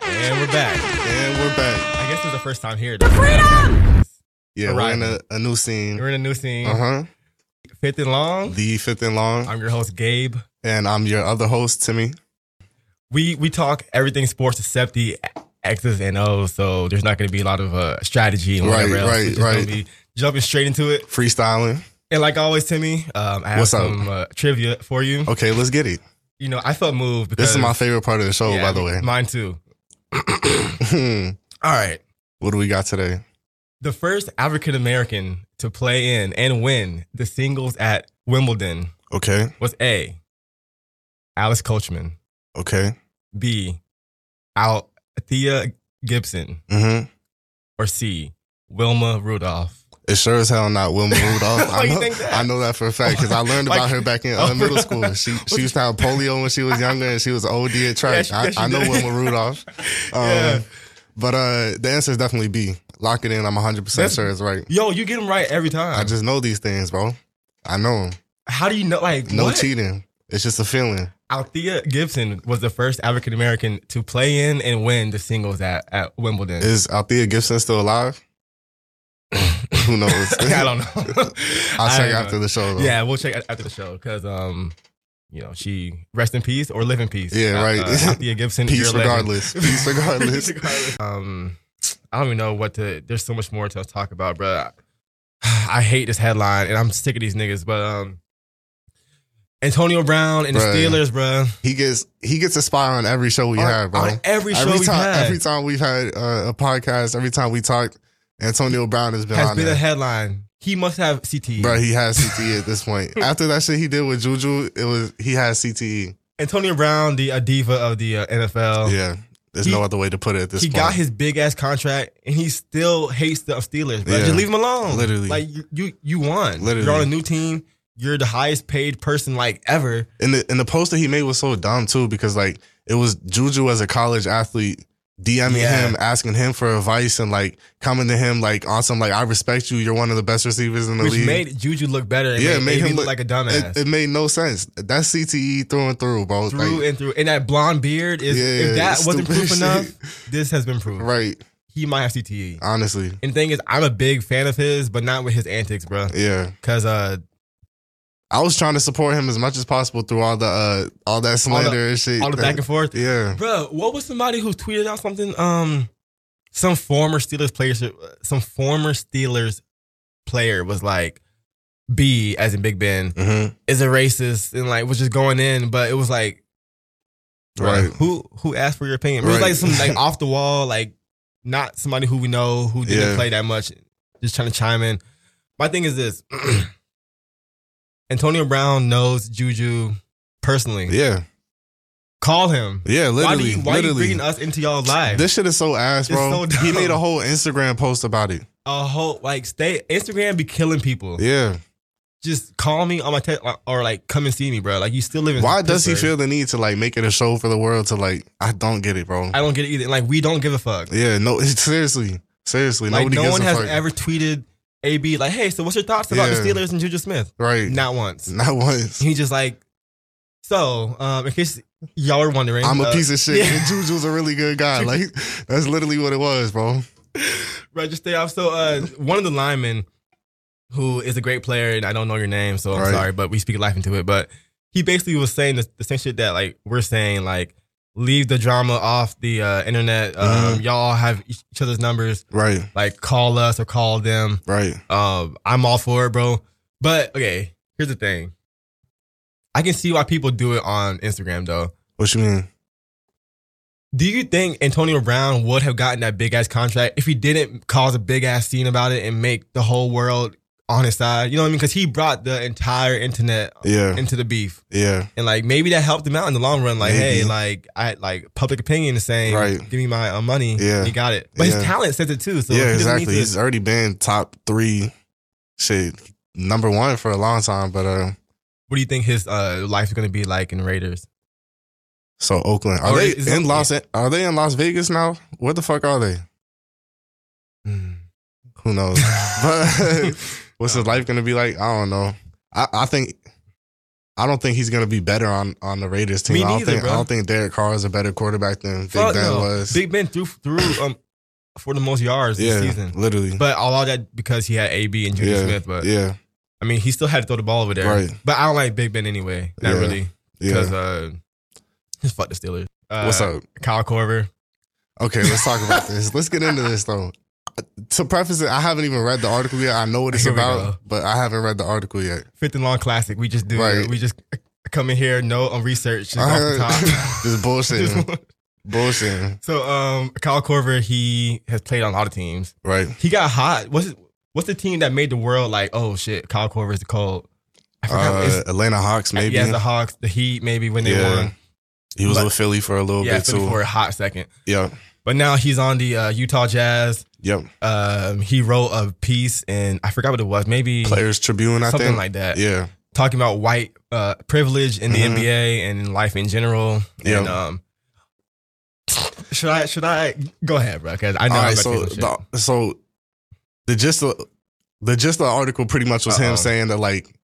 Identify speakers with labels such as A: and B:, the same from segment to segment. A: And we're back.
B: And we're back.
A: I guess it's the first time here.
B: Yeah, we're in a, a new scene.
A: We're in Oh. a new scene.
B: Uh huh.
A: Fifth and Long.
B: The fifth and long.
A: I'm your host, Gabe.
B: And I'm your other host, Timmy.
A: We we talk everything sports except the X's and O's. So there's not going to be a lot of uh, strategy and whatever
B: Right,
A: else.
B: right,
A: We're just gonna
B: right.
A: be jumping straight into it.
B: Freestyling.
A: And like always, Timmy, um, I have
B: What's up?
A: some uh, trivia for you.
B: Okay, let's get it.
A: You know, I felt moved because
B: This is my favorite part of the show,
A: Yeah,
B: by the way.
A: Mine too.
B: Hmm.
A: All right.
B: what do we got today?
A: The first African American to play in and win the singles at Wimbledon
B: Okay,
A: was A. Alice Coachman.
B: okay.
A: B. Althea Gibson.
B: Mm-hmm.
A: Or C. Wilma Rudolph.
B: It sure as hell not Wilma Rudolph.
A: Why
B: I,
A: you
B: know,
A: think that?
B: I know that for a fact because I learned
A: Like-
B: about her back in uh,
A: Oh,
B: middle
A: really?
B: school. She
A: What
B: she
A: you-
B: was having polio when she was younger, and she was OD at track.
A: she-
B: I,
A: yeah, she
B: I know
A: did.
B: Wilma Rudolph. Um,
A: Yeah.
B: But uh, the answer is definitely B. Lock it in. I'm 100 percent
A: That's-
B: sure it's right.
A: Yo, you get them right every time.
B: I just know these things, bro. I know 'em.
A: How do you know? Like,
B: No
A: what?
B: cheating. It's just a feeling.
A: Althea Gibson was the first African American to play in and win the singles at, at Wimbledon.
B: Is Althea Gibson still alive? Who knows?
A: I don't know.
B: I'll check
A: don't
B: after
A: know.
B: the show. Though.
A: Yeah, we'll check a- after the show because um, you know, she rest in peace or live in peace.
B: Yeah,
A: Uh,
B: right.
A: Uh, Althea Gibson. you're
B: Peace
A: a legend.
B: regardless. Peace regardless.
A: Peace regardless. Um, I don't even know what to. There's so much more to talk about, bro. I hate this headline, and I'm sick of these niggas. But um, Antonio Brown and
B: Bruh.
A: the Steelers, bro.
B: He gets he gets a spy on every show we have, bro.
A: on every show we've
B: time,
A: had
B: every time we've had uh, a podcast, every time we talked, Antonio Brown has been
A: has
B: on
A: been a
B: there.
A: headline. He must have E. CTE.
B: bro, he has CTE at this point. After that shit he did with Juju, it was he has E. CTE.
A: Antonio Brown, the uh, diva of the uh, NFL.
B: Yeah, there's no
A: He-
B: other way to put it at this
A: he
B: point.
A: got his big ass contract and he still hates the Steelers. But
B: Yeah.
A: just leave him alone.
B: Literally.
A: like you, you, you won.
B: Literally.
A: you're on a new team. You're the highest paid person like ever.
B: And the and the post that he made was so dumb too because like it was Juju as a college athlete DMing
A: Yeah.
B: him, asking him for advice, and like coming to him like on some like I respect you, you're one of the best receivers in the
A: Which
B: league.
A: made Juju look better. And
B: Yeah, it made
A: AB
B: him look-
A: like a dumbass
B: it, it made no sense. That's CTE through and through, bro.
A: through
B: Like,
A: and through. And that blonde beard is if
B: Yeah,
A: that wasn't
B: stupid
A: proof
B: shit.
A: enough, this has been proof.
B: right,
A: He might have CTE.
B: honestly,
A: And the thing is, I'm a big fan of his, but not with his antics, bro.
B: yeah.
A: Because uh,
B: I was trying to support him as much as possible through all the uh, all that slander and shit.
A: all the back and forth.
B: yeah,
A: Bro, what was somebody who tweeted out something? Um, some former Steelers player, some former Steelers player was like, "B as in Big Ben
B: mm-hmm.
A: is a racist," and like was just going in, but it was like, bro,
B: Right.
A: Who who asked for your opinion? It was like
B: Right.
A: some like off the wall, like not somebody who we know who didn't
B: Yeah.
A: play that much, just trying to chime in. My thing is this: Antonio Brown knows Juju personally.
B: yeah,
A: Call him.
B: yeah. Literally,
A: Why, do you, why you
B: literally.
A: bringing us into y'all's lives?
B: this shit is so ass,
A: It's
B: bro.
A: so dumb.
B: he made a whole Instagram post about it.
A: a whole like stay Instagram be killing people.
B: Yeah.
A: Just call me on my text or like come and see me, bro. Like you still live in.
B: Why does he
A: Pittsburgh.
B: feel the need to like make it a show for the world to like? I don't get it, bro.
A: I don't get it either. Like we don't give a fuck.
B: yeah, no, seriously, seriously,
A: like
B: nobody
A: no
B: gives
A: one
B: a
A: has
B: fuck.
A: ever tweeted AB like, hey, so what's your thoughts about the
B: Yeah.
A: Steelers and Juju Smith?
B: right? Not,
A: Not once.
B: once.
A: He just like, so um, in case y'all were wondering,
B: I'm a
A: uh,
B: piece of shit.
A: yeah.
B: And Juju's a really good guy. Like that's literally what it was, bro.
A: Right, just stay off. So uh, one of the linemen who is a great player, and I don't know your name, so I'm
B: Right.
A: sorry, but we speak life into it. But he basically was saying the, the same shit that like we're saying, like leave the drama off the uh, internet. Um,
B: Mhm.
A: Y'all have each each other's numbers.
B: Right,
A: Like call us or call them.
B: right.
A: Um, I'm all for it, bro. But okay, here's the thing. I can see why people do it on Instagram though.
B: What you mean?
A: Do you think Antonio Brown would have gotten that big ass contract if he didn't cause a big ass scene about it and make the whole world on his side? You know what I mean? Because he brought the entire internet
B: Yeah,
A: into the beef,
B: yeah,
A: and like maybe that helped him out in the long run. Like,
B: Maybe.
A: hey, like I like public opinion is saying,
B: Right.
A: give me my uh, money.
B: Yeah.
A: he got it, but
B: Yeah.
A: his talent says it too. So
B: yeah.
A: he doesn't need
B: Exactly.
A: to-
B: He's already been top three, shit, number one for a long time. But uh,
A: what do you think his uh, life is going to be like in Raiders?
B: so Oakland, are
A: Or
B: they
A: is
B: in
A: Oakland-
B: Los? Are they in Las Vegas now? Where the fuck are they?
A: Hmm.
B: Who knows? But what's his life gonna be like? I don't know. I, I think I don't think he's gonna be better on on the Raiders team.
A: Me
B: I don't
A: neither,
B: think I
A: bro.
B: don't think Derek Carr is a better quarterback than Big
A: Fuck
B: Ben
A: no.
B: was.
A: Big Ben threw through um for the most yards
B: yeah,
A: this season,
B: literally.
A: but all of that because he had AB and Judy
B: yeah,
A: Smith. But
B: yeah,
A: I mean, he still had to throw the ball over there.
B: Right.
A: But I don't like Big Ben anyway. Not
B: Yeah.
A: really
B: yeah.
A: because uh, just fuck the Steelers. Uh,
B: What's up?
A: Kyle Corver?
B: Okay, let's talk about this. Let's get into this though. To preface it, I haven't even read the article yet. I know what it's
A: Here we
B: about,
A: go.
B: but I haven't read the article yet.
A: Fifth and long classic. We just do.
B: Right.
A: We just come in here, no um, research, just
B: I
A: off the
B: heard-
A: top.
B: Just bullshitting.
A: Just-
B: bullshitting.
A: so um, Kyle Corver, he has played on a lot of teams.
B: Right.
A: He got hot. What's it, what's the team that made the world like? Oh shit, Kyle Corver is the cold. I forgot. what it's-
B: Uh, Atlanta Hawks, maybe.
A: Yeah, the Hawks, the Heat, maybe when they
B: Yeah,
A: won.
B: he was
A: but-
B: with Philly for a little
A: Yeah,
B: bit too.
A: for a hot second.
B: Yeah.
A: But now he's on the uh, Utah Jazz.
B: Yep.
A: Um, he wrote a piece, and I forgot what it was. Maybe
B: Players Tribune, I
A: something
B: think.
A: like that.
B: yeah.
A: Talking about white uh, privilege in the
B: Mhm.
A: NBA and in life in general.
B: Yeah.
A: And, um, should I? Should I go ahead, bro? Because I know.
B: All
A: I'm
B: right.
A: about
B: So
A: to say some shit.
B: the, so the gist of the gist of the article pretty much was
A: Uh-oh.
B: him saying that like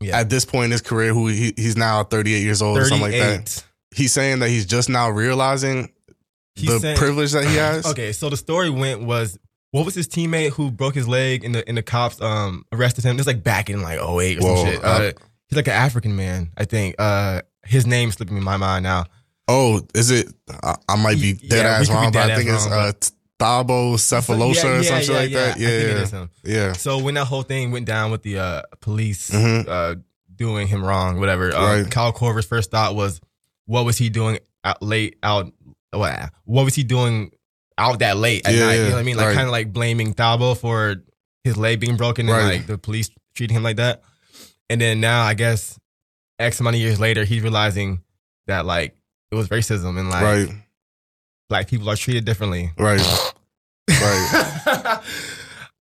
A: Yeah.
B: at this point in his career, who he, he's now 38 years old or something like that.
A: 38.
B: He's saying that he's just now realizing
A: He
B: the
A: said-
B: privilege that he has.
A: Okay, so the story went was what was his teammate who broke his leg and the and the cops um arrested him? It's like back in like 08 or
B: Whoa,
A: some shit. Uh,
B: uh,
A: he's like an African man, I think. Uh, his name's slipping in my mind now.
B: Oh, is it? I, I might be
A: Yeah,
B: dead
A: we
B: ass
A: could be
B: wrong, but
A: dead
B: I think
A: ass
B: it's
A: wrong,
B: uh, Thabo Cephalosa
A: Yeah,
B: or
A: yeah,
B: some shit
A: yeah,
B: like that.
A: I think it
B: Yeah,
A: is him.
B: yeah,
A: So when that whole thing went down with the uh, police
B: yeah. hmm
A: uh, doing him wrong, whatever. Um,
B: Right.
A: Kyle Corver's first thought was, what was he doing out late out? What, what was he doing out that late at
B: Yeah,
A: night? You know
B: yeah,
A: what I mean? Like
B: right.
A: kind of like blaming Thabo for his leg being broken and
B: Right.
A: like the police treating him like that. And then now I guess X amount of years later, he's realizing that like it was racism and like
B: Right,
A: black people are treated differently.
B: right, right.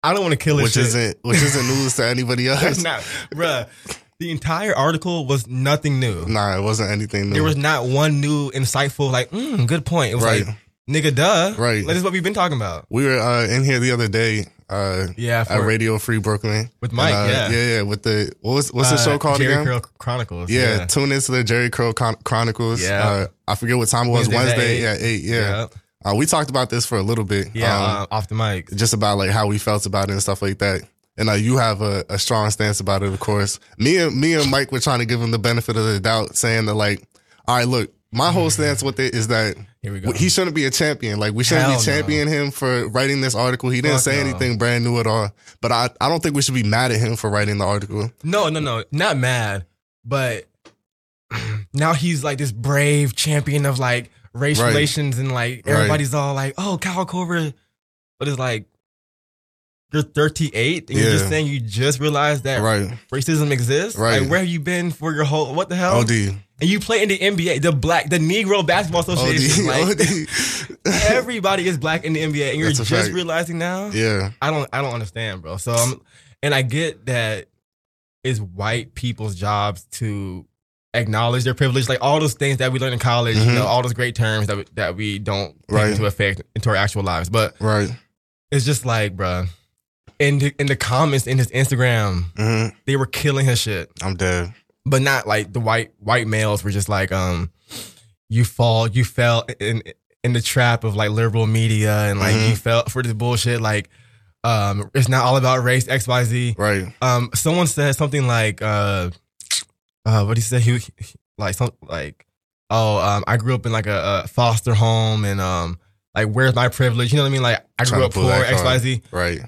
A: I don't want to kill his
B: which
A: shit.
B: isn't which isn't news to anybody else.
A: Nah, bruh. The entire article was nothing new.
B: Nah, it wasn't anything new.
A: There was not one new insightful, like, mm, good point. It was
B: right,
A: like, nigga, duh.
B: right.
A: That is what we've been talking about.
B: we were uh, in here the other day uh,
A: Yeah,
B: at
A: for,
B: Radio Free Brooklyn.
A: with Mike.
B: And, uh,
A: yeah.
B: yeah, yeah. With the what was what's the
A: Uh,
B: show called
A: Jerry
B: again?
A: Curl Chronicles.
B: yeah, tune into the Jerry Curl Chron- Chronicles.
A: Yeah.
B: Uh, I forget what time it was.
A: Wednesdays at
B: Wednesday,
A: eight.
B: yeah, eight. Yeah,
A: Yeah.
B: Uh, we talked about this for a little bit.
A: Yeah,
B: um,
A: uh, off the mic.
B: just about like how we felt about it and stuff like that. And uh, you have a, a strong stance about it, of course. Me and me and Mike were trying to give him the benefit of the doubt, saying that like, all right, look, my whole
A: Mm-hmm.
B: stance with it is that
A: Here we go.
B: he shouldn't be a champion. Like we shouldn't
A: Hell no.
B: be championing him for writing this article. He didn't
A: Fuck
B: say
A: no.
B: anything brand new at all. But I, I don't think we should be mad at him for writing the article.
A: no, no, no. Not mad, but now he's like this brave champion of like race
B: Right.
A: relations and like
B: Right.
A: everybody's all like, oh, Kyle Corver, but it's like, you're 38 and you're just
B: Yeah.
A: saying you just realized that
B: Right.
A: racism exists.
B: Right. Oh,
A: Like, where have you been for your whole? What the hell?
B: OD.
A: And you play in the NBA, the black, the Negro Basketball
B: Oh,
A: Association. like,
B: OD. OD.
A: everybody is black in the NBA, and you're
B: That's a
A: just
B: fact.
A: realizing now.
B: yeah.
A: I don't, I don't understand, bro. So, I'm, and I get that it's white people's jobs to acknowledge their privilege, like all those things that we learn in college. You
B: Mhm.
A: know, all those great terms that we, that we don't take
B: Right.
A: into effect into our actual lives. But
B: Right.
A: it's just like, bro. In the, in the comments in his Instagram,
B: hmm
A: they were killing his shit
B: I'm dead.
A: but not like the white white males were just like um you fall you fell in in the trap of like liberal media and like
B: Mhm.
A: you fell for this bullshit like um it's not all about race xyz
B: Right.
A: um someone said something like uh uh what he say he, he- like some like oh um i grew up in like a, a foster home and um like where's my privilege you know what i mean like i grew
B: Trying to
A: up
B: pull
A: poor
B: that card.
A: xyz
B: Right.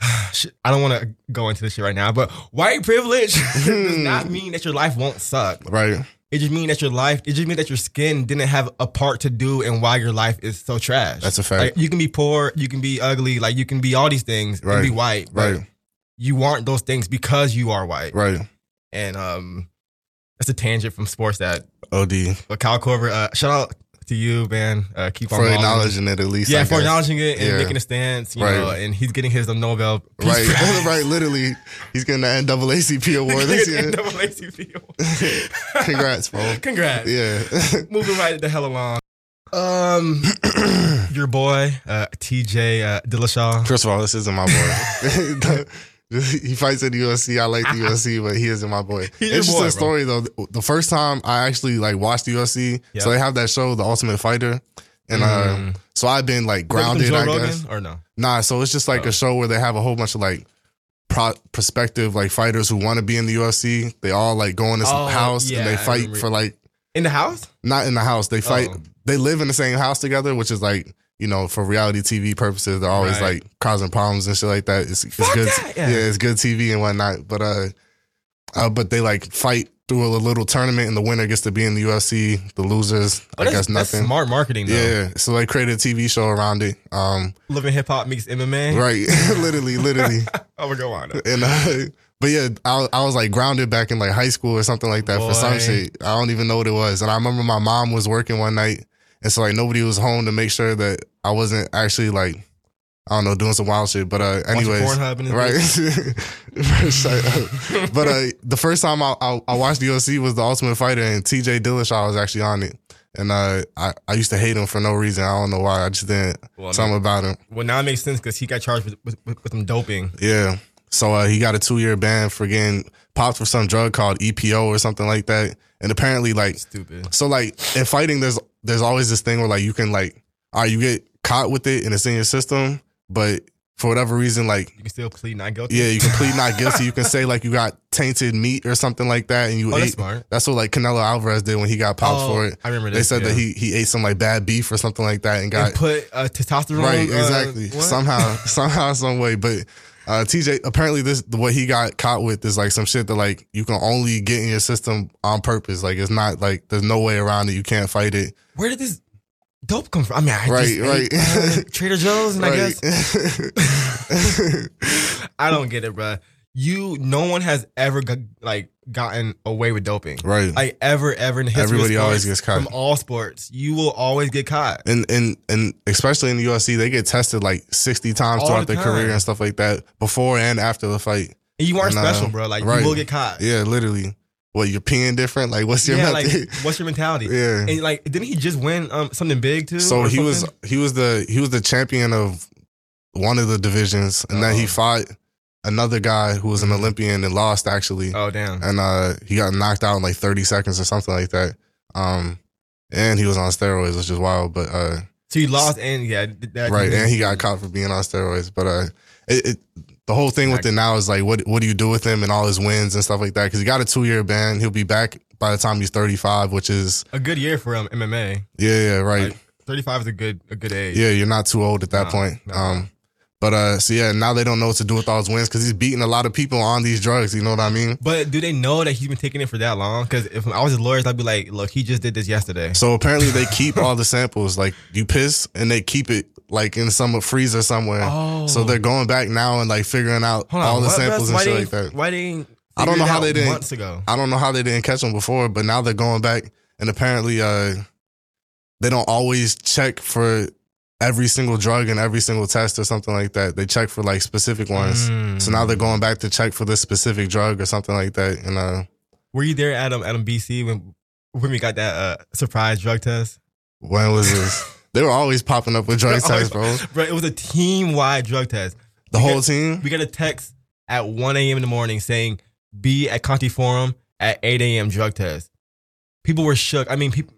A: Shit, I don't want to go into this shit right now, but white privilege does not mean that your life won't suck.
B: Right.
A: It just means that your life, it just means that your skin didn't have a part to do in why your life is so trash.
B: That's a fact.
A: like, you can be poor, you can be ugly, like you can be all these things and
B: Right.
A: be white, but
B: Right.
A: you aren't those things because you are white.
B: Right.
A: And um, that's a tangent from sports that.
B: OD.
A: But Kyle Corver, uh, shout out to you, man. Uh, keep on
B: for
A: balling.
B: acknowledging it at least.
A: Yeah,
B: I
A: for
B: guess.
A: acknowledging it and
B: Yeah.
A: making a stance, you
B: Right.
A: know, and he's getting his Nobel Peace
B: Right,
A: Prize.
B: right. Literally, he's getting the NAACP award this year.
A: NAACP.
B: Congrats, bro.
A: Congrats.
B: Yeah.
A: Moving right the hell along. Um, your boy uh, TJ uh, Dillashaw.
B: First of all, this isn't my boy. he fights in the UFC. I like the UFC, but he isn't my boy.
A: He's your
B: Interesting
A: boy, bro.
B: story though. The first time I actually like watched the UFC,
A: Yeah.
B: so they have that show, The Ultimate Fighter, and uh,
A: Mm.
B: so I've been like grounded. I
A: Like
B: guess.
A: Joe Rogan or no?
B: Nah, so it's just like
A: Oh.
B: a show where they have a whole bunch of like pro- prospective like fighters who want to be in the UFC. They all like go in this
A: Oh,
B: house
A: yeah,
B: and they
A: I
B: fight
A: remember.
B: for like
A: In the house?
B: not in the house. They fight.
A: Oh.
B: They live in the same house together, which is like you know for reality TV purposes. They're always
A: Right.
B: like causing problems and shit like that. It's, it's
A: Fuck
B: good.
A: that,
B: Yeah.
A: yeah.
B: it's good TV and whatnot. But uh, uh, but they like fight through a little tournament, and the winner gets to be in the UFC. The losers,
A: Oh,
B: I
A: that's,
B: guess,
A: that's
B: nothing.
A: smart marketing. Though.
B: yeah, so they created a TV show around it. Um,
A: Living hip hop meets MMA.
B: right, literally, literally.
A: Oh, we're going on.
B: And uh, but yeah, I, I was like grounded back in like high school or something like that for some
A: Boy.
B: shit. I don't even know what it was. And I remember my mom was working one night, and so like nobody was home to make sure that I wasn't actually like I don't know doing some wild shit. But uh,
A: Watching
B: anyways,
A: Pornhub and
B: right? Shut up. But uh, the first time I, I, I watched the UFC was the Ultimate Fighter, and T.J. Dillashaw was actually on it. And uh, I I used to hate him for no reason. I don't know why. I just didn't
A: Well, I
B: something about him.
A: Well, now it makes sense because he got charged with with, with, with some doping.
B: Yeah. So uh, he got a two year ban for getting popped for some drug called EPO or something like that. And apparently, like,
A: Stupid.
B: so like in fighting, there's there's always this thing where like you can like, all right, you get caught with it and it's in your system, but for whatever reason, like,
A: You can still plead not guilty.
B: yeah, you can plead not guilty. You can say like you got tainted meat or something like that, and you
A: Oh, that's
B: ate.
A: smart.
B: That's what like Canelo Alvarez did when he got popped
A: Oh,
B: for it.
A: I remember
B: They
A: this,
B: said that
A: yeah.
B: he he ate some like bad beef or something like that and got
A: and put uh, testosterone.
B: Right,
A: uh,
B: exactly.
A: what?
B: somehow, somehow, some way. But uh, TJ, apparently, this what he got caught with is like some shit that like you can only get in your system on purpose. Like it's not like there's no way around it. You can't fight it.
A: Where did this dope come from? I mean, I
B: Right,
A: just ate,
B: right.
A: uh, Trader Joe's, and I
B: right.
A: guess I don't get it, bro. You, no one has ever got, like gotten away with doping.
B: right.
A: Like ever, ever in the history. of
B: Everybody always
A: sports,
B: gets caught.
A: from all sports. You will always get caught.
B: and and and especially in the UFC, they get tested like sixty times
A: All
B: throughout
A: the
B: their career
A: time.
B: and stuff like that, before and after the fight.
A: And you aren't
B: And, uh,
A: special, bro. Like
B: right.
A: you will get caught.
B: Yeah, literally. What you're peeing different? Like what's your
A: Yeah, like
B: method?
A: what's your mentality?
B: yeah.
A: And like, didn't he just win um, something big too?
B: So
A: or
B: he was
A: something?
B: he was the he was the champion of one of the divisions, and then he
A: Oh.
B: fought another guy who was an
A: Mhm.
B: Olympian and lost actually,
A: Oh damn!
B: and uh, he got knocked out in like thirty seconds or something like that. Um, and he was on steroids, which is wild, but uh,
A: So he lost, and yeah, th- that
B: right, and he got caught for being on steroids, but uh, it. it the whole thing with it now is like, what what do you do with him and all his wins and stuff like that? Because he got a two year ban. He'll be back by the time he's thirty five, which is
A: a good year for um, MMA.
B: yeah, yeah, right.
A: Right. Thirty-five is a good a good age.
B: Yeah, you're not too old at that
A: Nah,
B: point.
A: nah.
B: Um, but uh, so yeah, now they don't know what to do with all his wins because he's beating a lot of people on these drugs. You know what I mean?
A: But do they know that he's been taking it for that long? Because if I was his lawyers, I'd be like, look, he just did this yesterday.
B: So apparently they keep all the samples. Like you piss, and they keep it like in some freezer somewhere.
A: Oh.
B: So they're going back now and like figuring out
A: Hold on,
B: all the
A: what-
B: samples and
A: why
B: shit
A: they-
B: like that.
A: Why they?
B: I don't know how they didn't-
A: months ago.
B: I don't know how they didn't catch them before, but now they're going back and apparently uh they don't always check for every single drug and every single test or something like that. They check for like specific ones.
A: Mm.
B: So now they're going back to check for this specific drug or something like that. And uh
A: Were you there, um, Adam? Adam BC when when we got that uh, surprise drug test?
B: when was this? they were always popping up with drug
A: They're always-
B: tests, bro.
A: Bro, it was a team-wide drug test.
B: The whole team?
A: We got a text at 1 a.m. in the morning saying, be at Conti Forum at 8 a.m. drug test. People were shook. I mean, people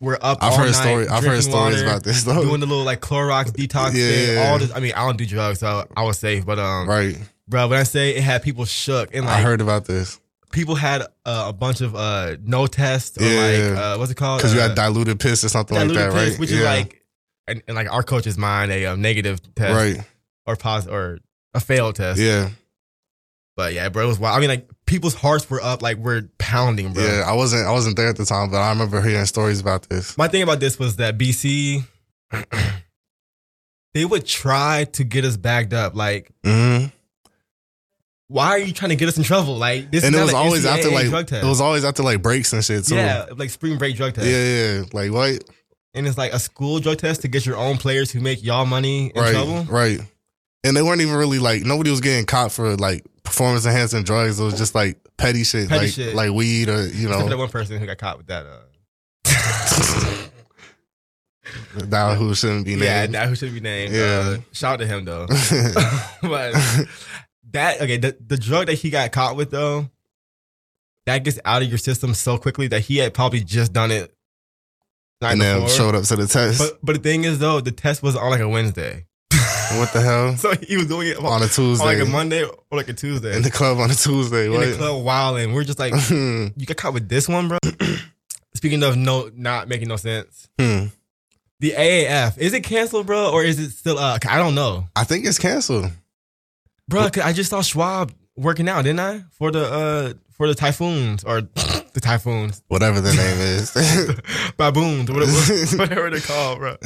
A: were up.
B: I've
A: all
B: heard
A: night,
B: story I've heard
A: drinking
B: stories
A: water,
B: about this though.
A: Doing the little like Clorox detox
B: Yeah,
A: thing,
B: yeah, yeah.
A: all this. I mean, I don't do drugs, so I was safe. But um,
B: Right.
A: bro, when I say it had people shook and like
B: I heard about this.
A: people had uh, a bunch of uh no tests or like
B: Yeah.
A: uh, what's it called?
B: Because you
A: uh,
B: had diluted piss or something like that,
A: diluted piss,
B: right?
A: Which is like, in, in like our coach's mind, a um, negative test
B: Right.
A: or positive or a failed test.
B: Yeah.
A: But yeah, bro, it was wild. I mean, like people's hearts were up, like we're pounding, bro.
B: Yeah. I wasn't I wasn't there at the time, but I remember hearing stories about this.
A: My thing about this was that BC, they would try to get us backed up. Like,
B: hmm
A: why are you trying to get us in trouble? Like, this
B: and
A: is
B: it
A: not
B: was
A: an
B: always
A: NCAA
B: after like
A: drug test.
B: it was always after like breaks and shit too.
A: yeah, like spring break drug
B: yeah,
A: test.
B: yeah. Like what?
A: And it's like a school drug test to get your own players who make y'all money in
B: right,
A: trouble.
B: right. And they weren't even really like nobody was getting caught for like performance enhancing drugs. It was just like petty shit,
A: Petty
B: like
A: shit.
B: like weed or you
A: Except for that
B: know
A: one person who got caught with that. Uh,
B: now who shouldn't be
A: yeah,
B: named.
A: uh, that who should be named. Uh,
B: Yeah.
A: shout out to him though. but that okay, the, the drug that he got caught with though, that gets out of your system so quickly that he had probably just done it. night
B: and then
A: before.
B: showed up to the test.
A: But but the thing is though, the test was on like a Wednesday,
B: what the hell?
A: so he was doing it on,
B: on a Tuesday.
A: on Oh, like a Monday or like a Tuesday
B: in the club on a Tuesday.
A: in
B: What?
A: the club wild, and we're just like,
B: Hmm.
A: you got caught with this one, bro. Speaking of no, not making no sense.
B: Hmm.
A: The AAF is it canceled, bro, or is it still? Uh, I don't know,
B: I think it's canceled.
A: bro. 'cause I just saw Schwab working out, didn't I? For the uh, for the typhoons or the typhoons,
B: Whatever the name is.
A: baboons, whatever, whatever they're called, bro.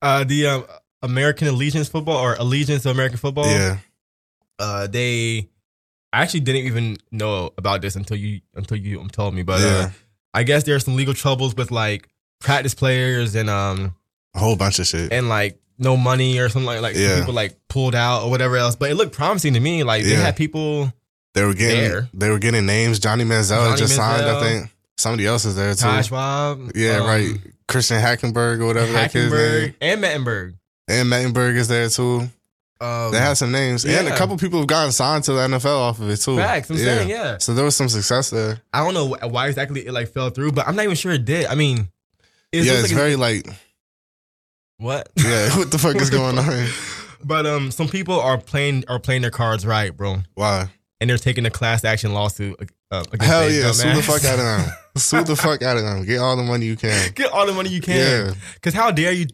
A: Uh, the um, American Allegiance football or Allegiance of American football.
B: yeah.
A: Uh, they. I actually didn't even know about this until you until you um, told me, but uh,
B: yeah.
A: I guess there are some legal troubles with like practice players and um
B: A whole bunch of shit.
A: and like no money or something like like some
B: Yeah.
A: people like pulled out or whatever else. But it looked promising to me. Like they
B: Yeah.
A: had people
B: They were getting
A: There.
B: they were getting names. Johnny Manziel
A: Johnny
B: just signed,
A: Manziel.
B: I think. Somebody else is there too.
A: Taj Schwab,
B: yeah,
A: um,
B: right. Christian Hackenberg or whatever that kid's name.
A: Hackenberg and Mettenberg.
B: And Mettenberg is there too.
A: Um,
B: They had some names. And
A: yeah.
B: a couple people have gotten signed to the NFL off of it too.
A: facts. I'm
B: yeah.
A: saying yeah.
B: So there was some success there.
A: I don't know wh- why exactly it like fell through, but I'm not even sure it did. I mean, it's
B: yeah,
A: just like
B: it's
A: a-
B: very like,
A: what?
B: yeah, what the fuck is going on?
A: But um, some people are playing are playing their cards right, bro,
B: Why?
A: and they're taking a class action lawsuit. Uh, against
B: Hell
A: they
B: yeah, sue the
A: dumbass.
B: fuck out of them. Sue the fuck out of them. Get all the money you can.
A: Get all the money you can.
B: Yeah,
A: Cause how dare you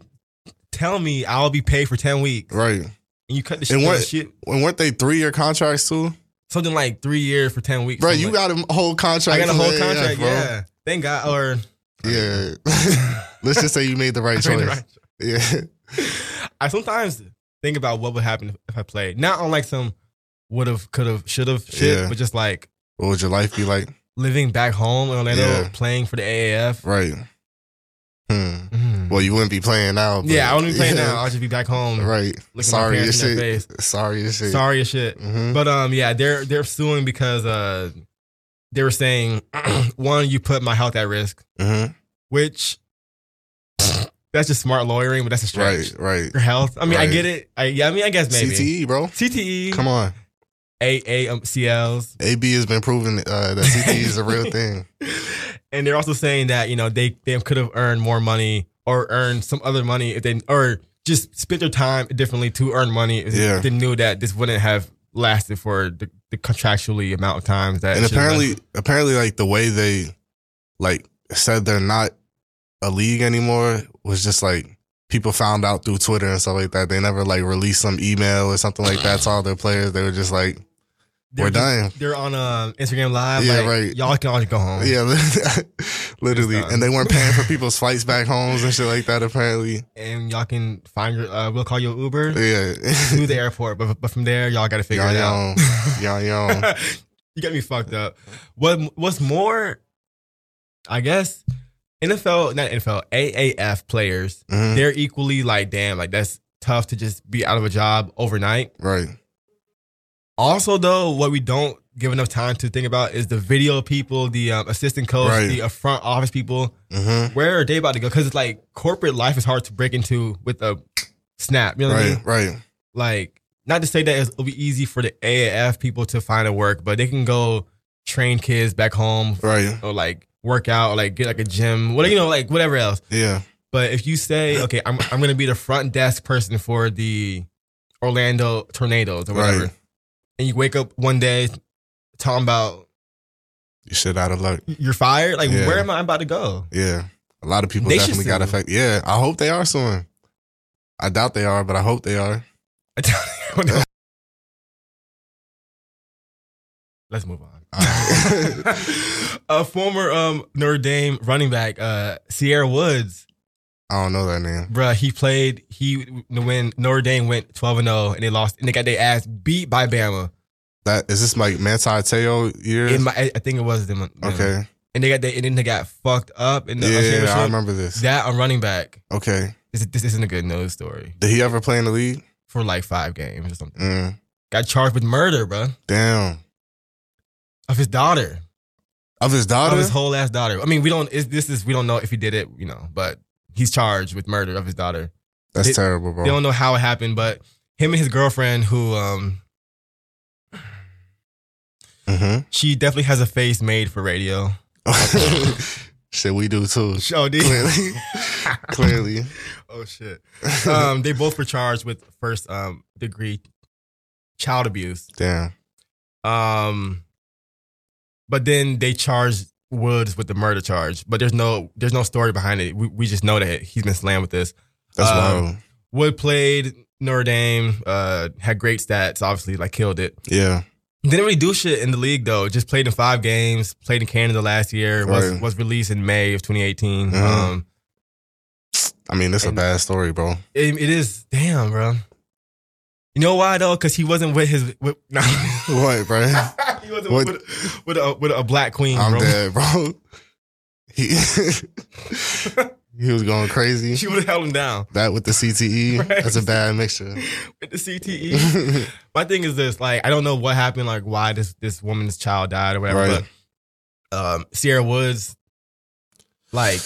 A: tell me I'll be paid for ten weeks
B: right.
A: and you cut the shit,
B: And what-
A: the shit-
B: And weren't they three year contracts too?
A: something like three years for ten weeks.
B: Bro,
A: Something
B: you
A: like,
B: got a whole contract.
A: I got a whole
B: Yeah,
A: contract.
B: bro.
A: Yeah, thank God. Or
B: Yeah. Let's just say you made the right
A: I, mean,
B: choice.
A: right.
B: Yeah.
A: I sometimes think about what would happen if I played. Not on like some would have, could have, should have shit,
B: Yeah.
A: but just like
B: What would your life be like?
A: living back home in Orlando,
B: Yeah.
A: playing for the AAF.
B: Right. Hmm.
A: Mm.
B: Well, you wouldn't be playing now. but-
A: yeah, I wouldn't be playing
B: Yeah.
A: now. I'll just be back home.
B: Right.
A: Looking
B: Sorry
A: my
B: as
A: parents in the
B: shit.
A: face.
B: Sorry as shit.
A: Sorry as shit.
B: Mhm.
A: But um, yeah, they're they're suing because uh, they were saying one, you put my health at risk,
B: Mhm.
A: which that's just smart lawyering, but that's a stretch.
B: Right. Right.
A: Your health. I mean, I
B: Right.
A: get it. I, yeah, I mean, I guess maybe E,
B: CTE, bro.
A: CTE,
B: Come on.
A: AA, um, CLs,
B: AB has been proven uh, that CTE is a real thing.
A: and they're also saying that you know they they could have earned more money or earned some other money if they or just spent their time differently to earn money if
B: Yeah.
A: they knew that this wouldn't have lasted for the, the contractually amount of times that
B: and
A: it should have
B: apparently, apparently, like the way they like said they're not a league anymore was just like people found out through Twitter and stuff like that. They never like released some email or something like that to all their players. They were just like,
A: They're
B: "We're
A: just-
B: done."
A: They're on um, Instagram Live.
B: Yeah,
A: like,
B: right.
A: Y'all can all just go home.
B: Yeah, li- literally.
A: It's done.
B: And they weren't paying for people's flights back homes and shit like that. Apparently,
A: And y'all can find your, uh, we'll call you an Uber
B: yeah.
A: to the airport. But, but from there, y'all got to figure
B: Y'all,
A: it
B: y'all,
A: out.
B: y'all, y'all.
A: you got me fucked up. What What's more, I guess, NFL, not NFL, AAF players,
B: Mhm.
A: they're equally like, damn, like that's tough to just be out of a job overnight.
B: Right.
A: Also, though, what we don't give enough time to think about is the video people, the um, assistant coach,
B: Right.
A: the uh, front office people.
B: hmm
A: where are they about to go? Because it's like corporate life is hard to break into with a snap. You know what I
B: Right.
A: mean?
B: Right.
A: Like, not to say that it's- it'll be easy for the AAF people to find a work, but they can go train kids back home
B: Right.
A: or like work out or like get like a gym, what you know, like whatever else.
B: Yeah.
A: But if you say, okay, I'm I'm gonna be the front desk person for the Orlando Tornadoes or whatever,
B: Right.
A: and you wake up one day talking about
B: You shit out of luck.
A: you're fired, like
B: Yeah.
A: where am I about to go?
B: Yeah. A lot of people
A: They should
B: definitely got
A: sue.
B: affected. Yeah. I hope they are suing. I doubt they are, but I hope they are.
A: Let's move on.
B: Alright.
A: a former um, Notre Dame running back, uh, Sierra Woods,
B: I don't know that name.
A: bruh, he played. He when Notre Dame went twelve and zero, and they lost, and they got their ass beat by Bama.
B: That is this like Manti Teo years?
A: It might- I I think it was them. them.
B: okay.
A: and they got they, and then they got fucked up in the uh,
B: Yeah, I
A: championship.
B: remember this.
A: That on running back.
B: Okay.
A: This, this isn't a good news story
B: Did he ever play in the league?
A: for like five games or something.
B: Mm.
A: Got charged with murder, bruh,
B: Damn.
A: of his daughter.
B: Of his daughter?
A: of his whole ass daughter. I mean, we don't. Is this is we don't know if he did it, you know, but he's charged with murder of his daughter.
B: That's
A: they-
B: terrible,
A: They
B: bro.
A: don't know how it happened, but him and his girlfriend, who um,
B: Mm-hmm.
A: She definitely has a face made for radio.
B: Shit, we do too.
A: Oh,
B: Clearly, clearly.
A: oh shit. Um, they both were charged with first um degree child abuse.
B: Damn.
A: Um, but then they charged Woods with the murder charge. But there's no there's no story behind it. We we just know that he's been slammed with this.
B: That's
A: Um,
B: wild.
A: Wood played Notre Dame. Uh, had great stats. Obviously, like killed it.
B: Yeah.
A: Didn't really do shit in the league though. Just played in five games. Played in Canada last year. Was
B: Right.
A: was released in May of 2018.
B: Mhm.
A: Um,
B: I mean, that's a
A: And-
B: bad story, bro.
A: it, it is damn, bro. You know why though? Because he wasn't with his. With, no.
B: What, bro?
A: he wasn't
B: What?
A: With, with a with a black queen.
B: I'm
A: bro.
B: dead, bro. He he was going crazy.
A: She would have held him down
B: That with the CTE,
A: Right.
B: that's a bad mixture.
A: with the E. CTE. My thing is this: like, I don't know what happened, like why this this woman's child died or whatever.
B: Right.
A: But um, Sierra Woods, like,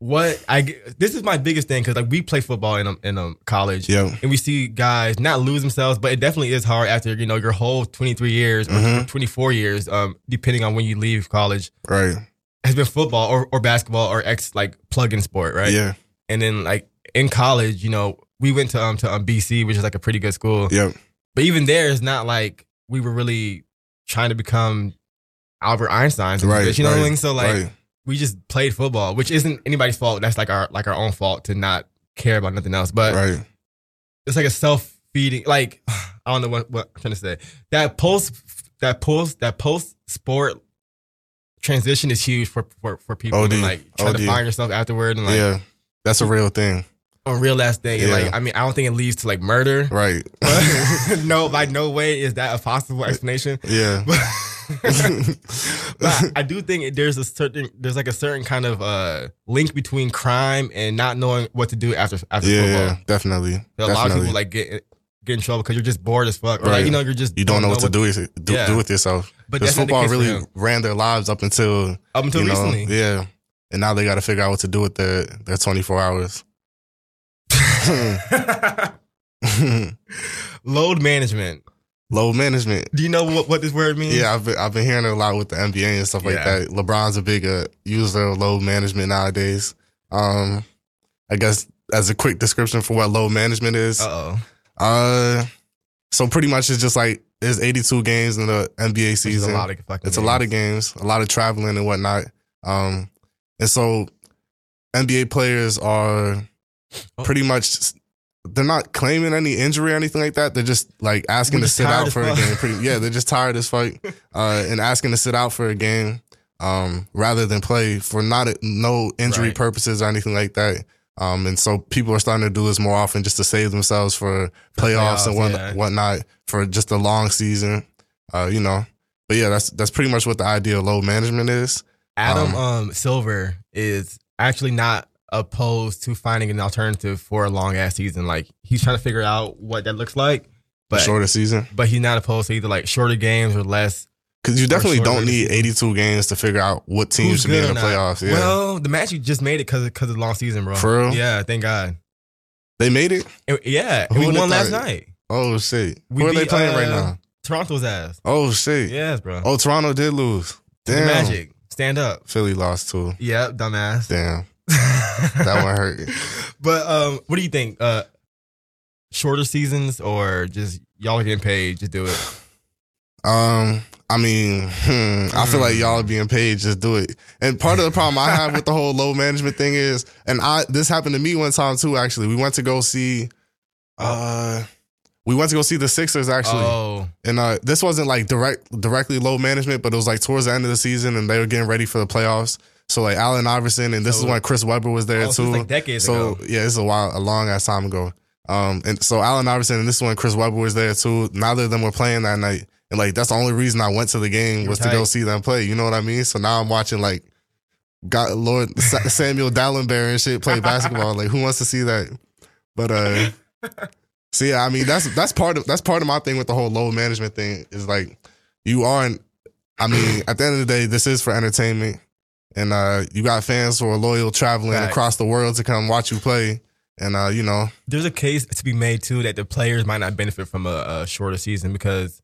A: what I get- this is my biggest thing because like we play football in a, in a college.
B: Yo,
A: And we see guys not lose themselves, but it definitely is hard after you know your whole twenty three years or
B: Mhm.
A: twenty four years, um, depending on when you leave college,
B: right?
A: has been football or, or basketball or ex like plug in sport, right?
B: Yeah,
A: and then like in college, you know, we went to um to um, BC, which is like a pretty good school.
B: Yep.
A: But even there, it's not like we were really trying to become Albert Einstein's, and
B: Right,
A: shit, You know what I
B: right,
A: mean? So like
B: right.
A: we just played football, which isn't anybody's fault. That's like our like our own fault to not care about nothing else. But
B: right.
A: it's like a self feeding. Like I don't know what what I'm trying to say. That post that post that post sport transition is huge for for for people
B: OD,
A: and like trying to
B: OD.
A: find yourself afterward and like
B: yeah, that's a real thing,
A: on real last thing. And
B: Yeah.
A: like, I mean, I don't think it leads to like murder.
B: right?
A: But no, like, no way is that a possible explanation.
B: yeah.
A: But, but I do think there's a certain, there's like a certain kind of uh link between crime and not knowing what to do after after
B: yeah,
A: football.
B: yeah, definitely.
A: That A lot of
B: definitely.
A: people like get get in trouble because you're just bored as fuck, or like
B: Right.
A: you know you're just
B: you don't know what to do with, do,
A: Yeah.
B: do with yourself.
A: But
B: Because
A: that's not the
B: football
A: case for
B: really
A: them.
B: ran their lives up until
A: up until
B: you know,
A: recently.
B: yeah, and now they got to figure out what to do with their their twenty four hours.
A: Load management.
B: Low management.
A: Do you know what, what this word means?
B: Yeah, I've been, I've been hearing it a lot with the NBA and stuff like
A: Mm-hmm. Yeah.
B: that. LeBron's a big uh, user of load management nowadays. Um, I guess as a quick description for what load management is, uh,
A: Uh oh.
B: so pretty much it's just like there's 82 games in the NBA
A: It's
B: season.
A: a lot of fucking.
B: It's a lot of games, a lot of traveling and whatnot. Um, and so NBA players are
A: Oh.
B: pretty much they're not claiming any injury or anything like that. They're just like asking
A: We're
B: to
A: just
B: sit
A: tired
B: out
A: as
B: for a
A: fuck.
B: game. Pretty, yeah, they're just tired as fuck uh, and asking to sit out for a game um, rather than play for not no injury
A: Right.
B: purposes or anything like that. Um, and so people are starting to do this more often just to save themselves for playoffs,
A: playoffs,
B: and what,
A: yeah.
B: whatnot for just a long season. Uh, you know, but yeah, that's that's pretty much what the idea of load management is.
A: Adam
B: Um,
A: um, Silver is actually not opposed to finding an alternative for a long ass season. Like he's trying to figure out what that looks like,
B: The
A: but
B: shorter season
A: but he's not opposed to either like shorter games or less.
B: because you definitely
A: shorter
B: don't need 82 games to figure out what team
A: Who's
B: should be
A: good
B: in the
A: or not.
B: playoffs. Yeah,
A: Well, the match you just made it because because of the long season, bro.
B: For real?
A: Yeah, thank God.
B: they made it.
A: And- yeah, and
B: Who
A: we
B: would've
A: won last
B: thought
A: night.
B: Oh shit,
A: We
B: who are they
A: beat,
B: playing right
A: uh,
B: now?
A: Toronto's ass.
B: Oh shit.
A: Yes, bro.
B: Oh, Toronto did lose.
A: The
B: Damn.
A: Magic, stand up.
B: Philly lost too.
A: Yep, dumbass.
B: Damn, that one hurt.
A: But um, what do you think? Uh, shorter seasons or just y'all are getting paid? Just do it.
B: Um, I mean, hmm, I feel like y'all being paid, just do it. And part of the problem I have with the whole low management thing is, and I this happened to me one time too. Actually, we went to go see, uh, we went to go see the Sixers actually,
A: Oh,
B: and uh, this wasn't like direct directly low management, but it was like towards the end of the season, and they were getting ready for the playoffs. So like Allen Iverson, and this
A: So-
B: is when Chris Webber was there
A: oh, so
B: too.
A: it's like decades
B: So
A: ago.
B: yeah, it's a while, a long ass time ago. Um, and so Allen Iverson and this one, Chris Webber was there too. Neither of them were playing that night, and like that's the only reason I went to the game
A: You
B: was
A: were
B: to go
A: tight.
B: see them play. You know what I mean? So now I'm watching like God Lord Sa- Samuel Dallenberg and shit play basketball. like who wants to see that? But uh, so yeah, I mean that's that's part of that's part of my thing with the whole load management thing is like you aren't. I mean, at the end of the day, this is for entertainment and uh, you got fans who are loyal traveling
A: Facts.
B: across the world to come watch you play. And uh, you know,
A: There's a case to be made too that the players might not benefit from a, a shorter season because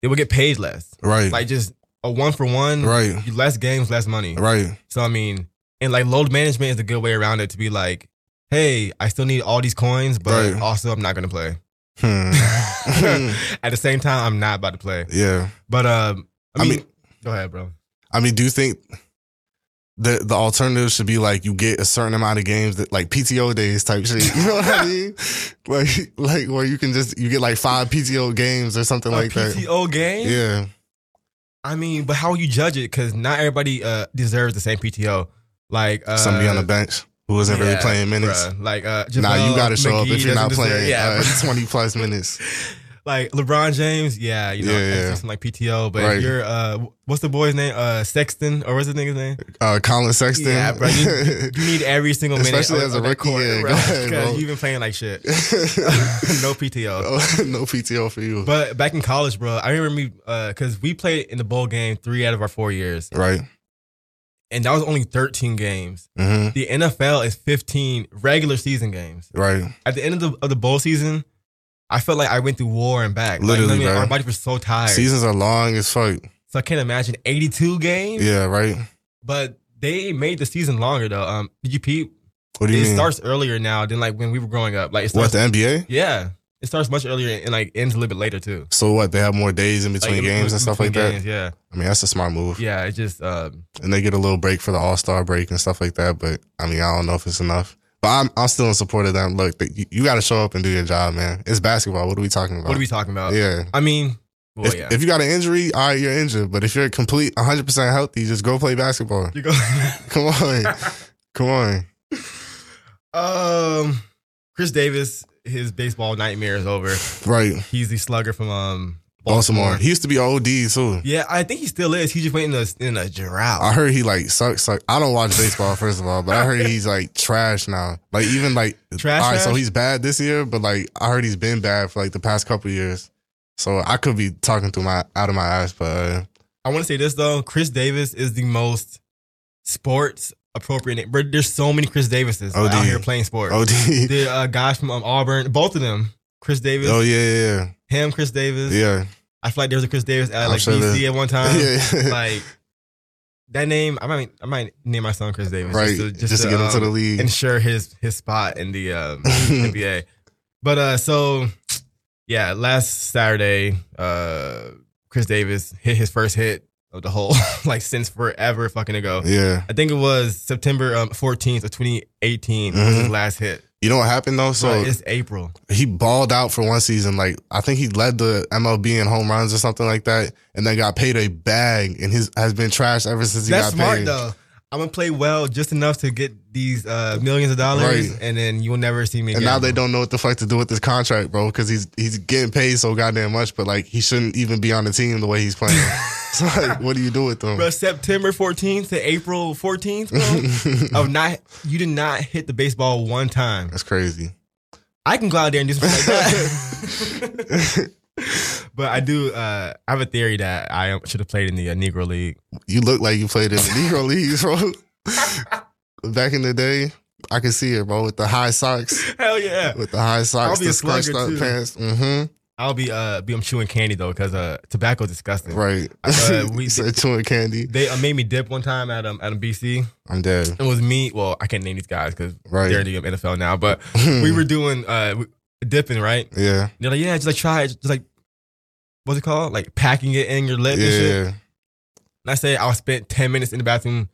A: they would get paid less.
B: Right.
A: Like just a one for one,
B: right.
A: less games, less money.
B: Right.
A: So I mean, and like load management is a good way around it to be like, hey, I still need all these coins, but
B: Right.
A: also I'm not gonna play.
B: Hmm.
A: At the same time, I'm not about to play.
B: yeah.
A: But um, I
B: I
A: mean,
B: mean-
A: go ahead, bro.
B: I mean, do you think the the alternative should be like you get a certain amount of games that like PTO days type shit? You know what I mean? Like like where you can just you get like five PTO games or something like
A: a
B: that.
A: PTO game.
B: Yeah.
A: I mean, but how you judge it? Because not everybody uh deserves the same PTO. Like uh,
B: Somebody on the bench who wasn't really
A: yeah,
B: playing minutes.
A: bruh. Like uh,
B: Nah, you
A: Javale
B: gotta show up
A: McGee
B: if you're not
A: doesn't deserve-
B: playing
A: Yeah,
B: uh, 20 plus minutes.
A: like LeBron James. Yeah, you know,
B: Yeah,
A: that's
B: yeah.
A: just like PTO. But
B: Right.
A: if you're uh, what's the boy's name? Uh, Sexton or what's the nigga's name?
B: Uh, Colin Sexton.
A: Yeah, bro. You, you need every single minute,
B: Especially
A: of-
B: as a
A: of that
B: rookie,
A: court,
B: yeah,
A: bro,
B: go ahead,
A: 'cause
B: bro.
A: you've been playing like shit. no PTO.
B: Oh, no PTO for you.
A: But back in college, bro, I remember me because we played in the bowl game three out of our four years,
B: right.
A: and that was only thirteen games.
B: hmm
A: The NFL is fifteen regular season games.
B: Right.
A: At the end of the of the bowl season, I felt like I went through war and back. Like,
B: Literally,
A: you know what I mean?
B: bro.
A: our body was so tired.
B: Seasons are long as fuck.
A: So I can't imagine eighty-two games.
B: Yeah, right.
A: But they made the season longer though. Um, did you peep?
B: What do you
A: It
B: mean?
A: starts earlier now than like when we were growing up. Like it starts
B: what, the NBA?
A: Yeah, it starts much earlier and like ends a little bit later too.
B: So what? They have more days in between
A: Like,
B: games and stuff like
A: between
B: that.
A: games, Yeah,
B: I mean, that's a smart move.
A: yeah. It just um,
B: And they get a little break for the All Star break and stuff like that. But I mean, I don't know if it's enough. But I'm I'm still in support of them. Look, you, you got to show up and do your job, man. It's basketball. What are we talking about?
A: what are we talking about?
B: yeah.
A: I mean, well,
B: if,
A: yeah.
B: if you got an injury, all right, you're injured. But if you're complete 100 percent healthy, just go play basketball.
A: you go.
B: Come on, come on.
A: um, Chris Davis, his baseball nightmare is over.
B: Right,
A: He's the slugger from um
B: Baltimore. He used to be OD too.
A: Yeah, I think he still is. He just went in a in a
B: I
A: drought.
B: heard he like sucks. Suck. I don't watch baseball first of all, but I heard he's like trash now. Like even like
A: Trash,
B: all right, so
A: trash?
B: he's bad this year, but like I heard he's been bad for like the past couple years. So I could be talking through my out of my ass, but uh,
A: I want to say this though. Chris Davis is the most sports appropriate. But there's so many Chris Davises
B: OD.
A: out here playing sports.
B: OD.
A: The uh, guys from um, Auburn, both of them, Chris Davis,
B: Oh yeah,
A: him, Chris
B: yeah,
A: Davis.
B: yeah,
A: I feel like there was a Chris Davis at
B: I'm
A: like
B: sure
A: BC
B: there-
A: at one
B: yeah,
A: time.
B: yeah.
A: Um, Like that name, I might I might name my son Chris Davis
B: right.
A: just to, just to,
B: get into
A: um,
B: the league.
A: ensure his his spot in the um, NBA. But uh, so yeah, last Saturday, uh, Chris Davis hit his first hit of the whole like since forever fucking ago.
B: yeah,
A: I think it was September um, 14th of 2018 was his last hit.
B: you know what happened though?
A: So
B: Mm-hmm. So
A: it's April.
B: he balled out for one season. Like I think he led the MLB in home runs or something like that, and then got paid a bag, and his has been trash ever since he
A: That's
B: got
A: smart
B: paid.
A: though. I'm gonna play well just enough to get these uh, millions of dollars,
B: Right.
A: and then you'll never see me again.
B: And now they don't know what the fuck to do with this contract, bro, because he's he's getting paid so goddamn much, but like he shouldn't even be on the team the way he's playing. so like, what do you do with them?
A: Bro, September 14th to April 14th bro, of not you did not hit the baseball one time.
B: That's crazy.
A: I can go out there and do something like that. but I do. Uh, I have a theory that I should have played in the uh, Negro League.
B: you look like you played in the Negro leagues, bro. Back in the day, I could see it, bro, with the high socks,
A: Hell yeah!
B: with the high socks,
A: be a
B: the scrunched
A: slugger, too.
B: up pants. Mm-hmm.
A: I'll be uh be I'm chewing candy though because uh tobacco's disgusting.
B: Right.
A: Uh, we-
B: you said chewing candy.
A: They uh, made me dip one time at um at a BC.
B: I'm dead.
A: It was me. Well, I can't name these guys because
B: Right. Mm.
A: they're in the NFL now. But we were doing uh we- dipping right.
B: yeah.
A: They're like, yeah, just like try it, just like what's it called? Like packing it in your lip and shit.
B: Yeah.
A: And I say I spent ten minutes in the bathroom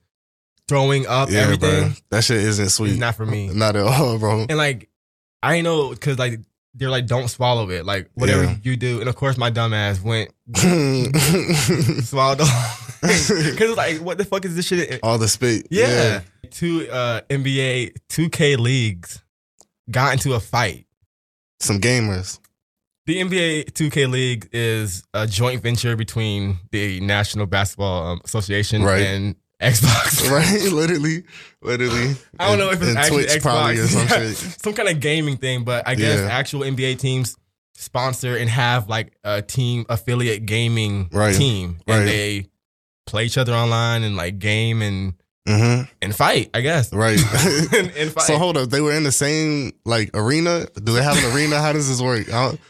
A: throwing up
B: Yeah, bro.
A: everything.
B: That shit isn't
A: It's
B: sweet.
A: not for me.
B: Not at all, bro.
A: And like I ain't know because like they're like don't swallow it. Like whatever
B: Yeah.
A: you do. And of course my dumb ass went swallowed because like what the fuck is this shit?
B: all the spit.
A: Yeah. Two uh, NBA 2K leagues got into a fight.
B: Some gamers.
A: The NBA 2K League is a joint venture between the National Basketball um, Association
B: Right.
A: and Xbox.
B: Right? literally. Literally.
A: I don't know if it's
B: And
A: actually Xbox.
B: probably or some
A: Yeah.
B: shit.
A: Some kind of gaming thing, but I guess
B: Yeah.
A: actual NBA teams sponsor and have like a team affiliate gaming
B: Right.
A: team, and
B: Right.
A: they play each other online and like game and
B: Mm-hmm.
A: and fight. I guess
B: Right.
A: and, and fight.
B: So hold up, they were in the same like arena. Do they have an arena? How does this work? I don't-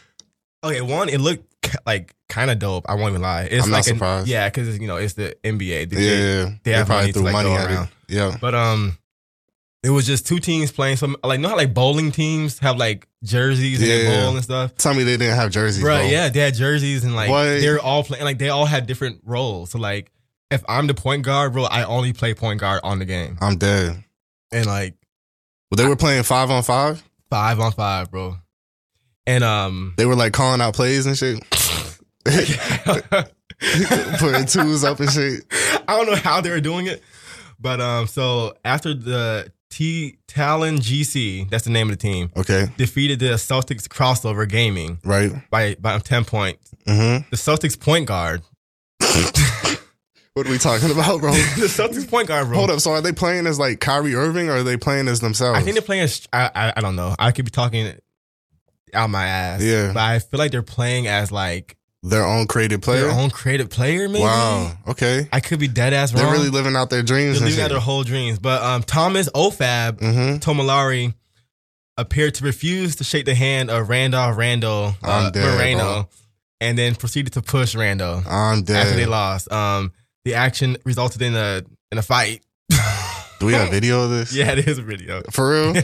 A: okay, one it looked ca- like kind of dope. I won't even lie. It's
B: I'm not
A: like an-
B: surprised.
A: yeah, because you know it's the NBA.
B: Yeah,
A: They-
B: yeah, yeah.
A: they have money to, like, go
B: it.
A: around.
B: Yeah,
A: But um, it was just two teams playing. Some like you know how like bowling teams have like jerseys and
B: Yeah.
A: they bowl and stuff.
B: tell me they didn't have jerseys,
A: Bro,
B: bro.
A: yeah, they had jerseys and like
B: What?
A: they're all playing. Like they all had different roles. So like if I'm the point guard, bro, I only play point guard on the game
B: I'm dead.
A: and like
B: Well, they were playing five on five.
A: five on five, bro. And um,
B: They were like calling out plays and shit, putting twos up and shit.
A: I don't know how they were doing it, but um, so after the T Talon GC, that's the name of the team,
B: Okay,
A: defeated the Celtics crossover gaming
B: right.
A: by by ten points.
B: Mm-hmm.
A: The Celtics point guard,
B: What are we talking about, bro?
A: the Celtics point guard, bro.
B: Hold up. So are they playing as like Kyrie Irving or are they playing as themselves?
A: I think they're playing. as- I, I I don't know. I could be talking out my ass.
B: Yeah.
A: but I feel like they're playing as like
B: their own created player.
A: their own creative player. Maybe.
B: wow. Okay.
A: I could be dead ass wrong.
B: They're really living out their dreams
A: They're
B: and
A: living out
B: shit.
A: their whole dreams. But um, Thomas Ofab
B: mm-hmm.
A: Tomilari appeared to refuse to shake the hand of Randolph Rando uh,
B: I'm dead,
A: Moreno,
B: bro.
A: and then proceeded to push Rando
B: I'm
A: after they
B: dead.
A: lost. Um, the action resulted in a in a fight.
B: Do we have video of this?
A: yeah, it is a video.
B: For real? they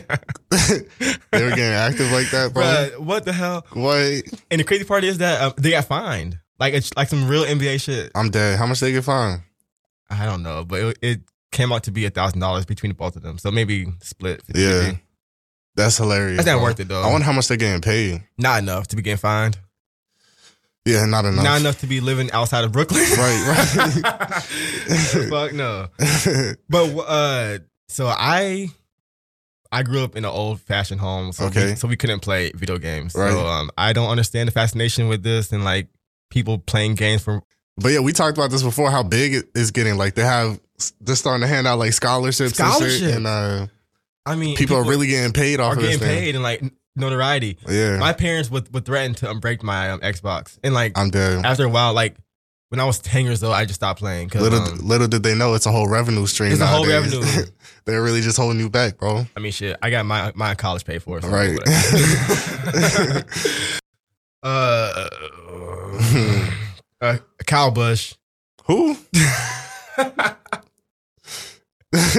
B: were getting active like that, bro.
A: Bruh, what the hell?
B: What?
A: And the crazy part is that um, they got fined. Like it's like some real NBA shit.
B: I'm dead. How much they get fined?
A: I don't know, but it, it came out to be a thousand dollars between the both of them. So maybe split.
B: Yeah. That's hilarious.
A: That's not
B: bro.
A: worth it though.
B: I wonder how much they're getting paid.
A: not enough to be getting fined.
B: Yeah, not enough.
A: Not enough to be living outside of Brooklyn.
B: Right,
A: Fuck no.
B: right.
A: But uh, so I, I grew up in an old fashioned home, so we,
B: Okay.
A: so we couldn't play video games.
B: Right.
A: So um, I don't understand the fascination with this and like people playing games from.
B: but yeah, we talked about this before. How big it is getting? Like they have they're starting to hand out like scholarships, and
A: Scholarships.
B: shit, and uh,
A: I mean,
B: people are really getting paid
A: are
B: off of this
A: getting
B: thing.
A: paid and like notoriety.
B: Yeah,
A: My parents would would threaten to um, break my um, Xbox, and like
B: I'm dead.
A: after a while, like when I was ten years old, I just stopped playing. 'cause,
B: Little
A: um,
B: little did they know it's a whole revenue stream.
A: It's a whole
B: nowadays.
A: revenue.
B: They're really just holding you back, bro.
A: I mean, shit, I got my my college paid for, so
B: Right.
A: whatever. uh, uh, Kyle Bush.
B: Who, bro?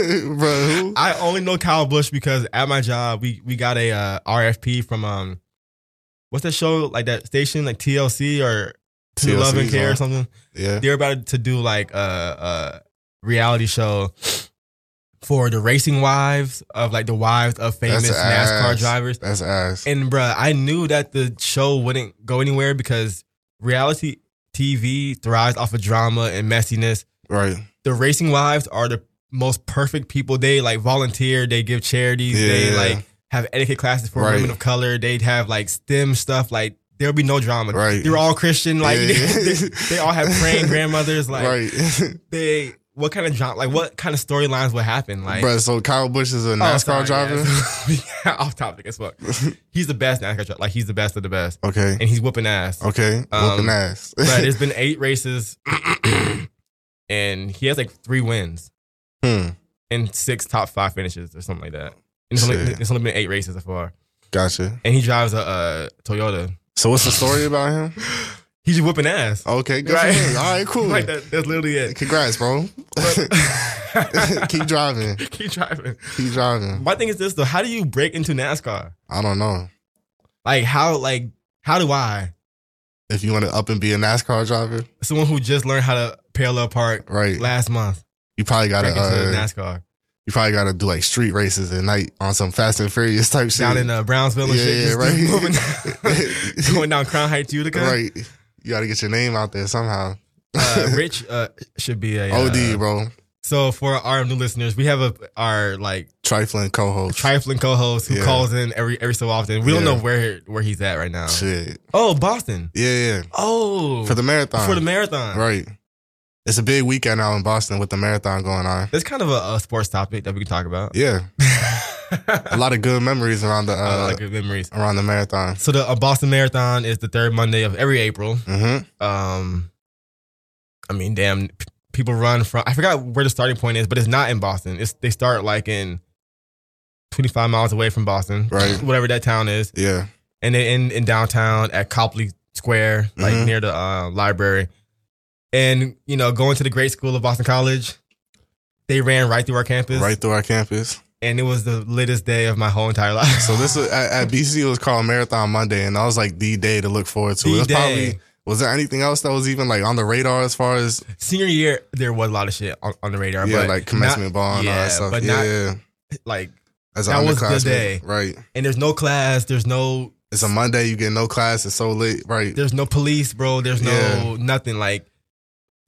B: Who?
A: I only know Kyle Bush because at my job we we got a uh, RFP from um, what's that show like that station like TLC or To
B: TLC
A: Love and
B: 's
A: Care or
B: on.
A: something.
B: Yeah.
A: They're about to do like a, a reality show for the racing wives of like the wives of famous NASCAR
B: ass.
A: drivers.
B: That's ass.
A: And bruh, I knew that the show wouldn't go anywhere because reality TV thrives off of drama and messiness.
B: right.
A: The racing wives are the most perfect people. They like volunteer, they give charities, they
B: Yeah.
A: like have etiquette classes for
B: Right.
A: women of color, they'd have like STEM stuff, like there'll be no drama.
B: Right.
A: They're all Christian, like
B: Yeah, yeah.
A: they, they all have praying grandmothers, like
B: right.
A: they what kind of drama like what kind of storylines would happen? Like
B: Bruh, so Kyle Bush is a
A: Oh,
B: NASCAR
A: sorry,
B: driver.
A: yeah. yeah, off topic as fuck. He's the best NASCAR driver. Like he's the best of the best,
B: Okay.
A: and he's whooping ass.
B: Okay.
A: Um,
B: Whooping ass.
A: But there's been eight races, and he has like three wins
B: hmm.
A: and six top five finishes or something like that. And it's, only,
B: Shit.
A: it's only been eight races so far,
B: Gotcha.
A: and he drives a, uh Toyota.
B: So what's the story about him?
A: He's just whooping ass.
B: Okay. Good
A: Right.
B: for him. Oh, All right. Cool.
A: Like that, that's literally it.
B: Congrats, bro.
A: But-
B: Keep driving.
A: Keep driving.
B: Keep driving.
A: My thing is this though: How do you break into NASCAR?
B: I don't know
A: Like how? Like how do I?
B: if you want to up and be a NASCAR driver,
A: someone who just learned how to parallel park
B: right?
A: last month
B: You probably gotta.
A: break into
B: Uh,
A: NASCAR
B: you probably gotta do like street races at night on some Fast and Furious type shit.
A: down in uh, Brownsville and
B: Yeah,
A: shit.
B: yeah,
A: just
B: right.
A: moving down- going down Crown Heights, Utica.
B: right. You gotta get your name out there somehow.
A: Uh, Rich uh, should be a uh,
B: Od, bro.
A: So for our new listeners, we have a our like
B: Trifling co-host.
A: trifling co-host who
B: Yeah.
A: calls in every every so often. We don't
B: Yeah.
A: know where where he's at right now.
B: shit.
A: Oh, Boston.
B: Yeah,
A: Oh,
B: yeah. For the marathon.
A: for the marathon.
B: Right. It's a big weekend out in Boston with the marathon going on.
A: That's kind of a, a sports topic that we can talk about.
B: Yeah, a
A: a
B: lot of good memories around the
A: lot
B: uh,
A: of good memories.
B: around the marathon.
A: So the uh, Boston Marathon is the third Monday of every April.
B: hmm
A: um i mean damn p- people run from i forgot where the starting point is but it's not in boston it's they start like in 25 miles away from boston
B: Right.
A: whatever that town is
B: Yeah,
A: and they end in downtown at copley Square, like
B: Mhm.
A: near the uh, library. And, you know, going to the great school of Boston College, they ran right through our campus.
B: right through our campus.
A: And it was the litest day of my whole entire life.
B: So this was, at, at BC it was called Marathon Monday, and that was like the day to look forward to. It was
A: The
B: probably
A: day.
B: was there anything else that was even like on the radar as far as
A: Senior year, there was a lot of shit on, on the radar.
B: yeah
A: but
B: like
A: not,
B: commencement bond all
A: yeah,
B: that stuff.
A: but
B: yeah,
A: not-
B: yeah.
A: like,
B: as an
A: that was the
B: underclassman,
A: day.
B: right?
A: and there's no class, there's no
B: It's a Monday, you get no class, it's so late, right?
A: there's no police, bro. There's no
B: Yeah.
A: nothing. Like,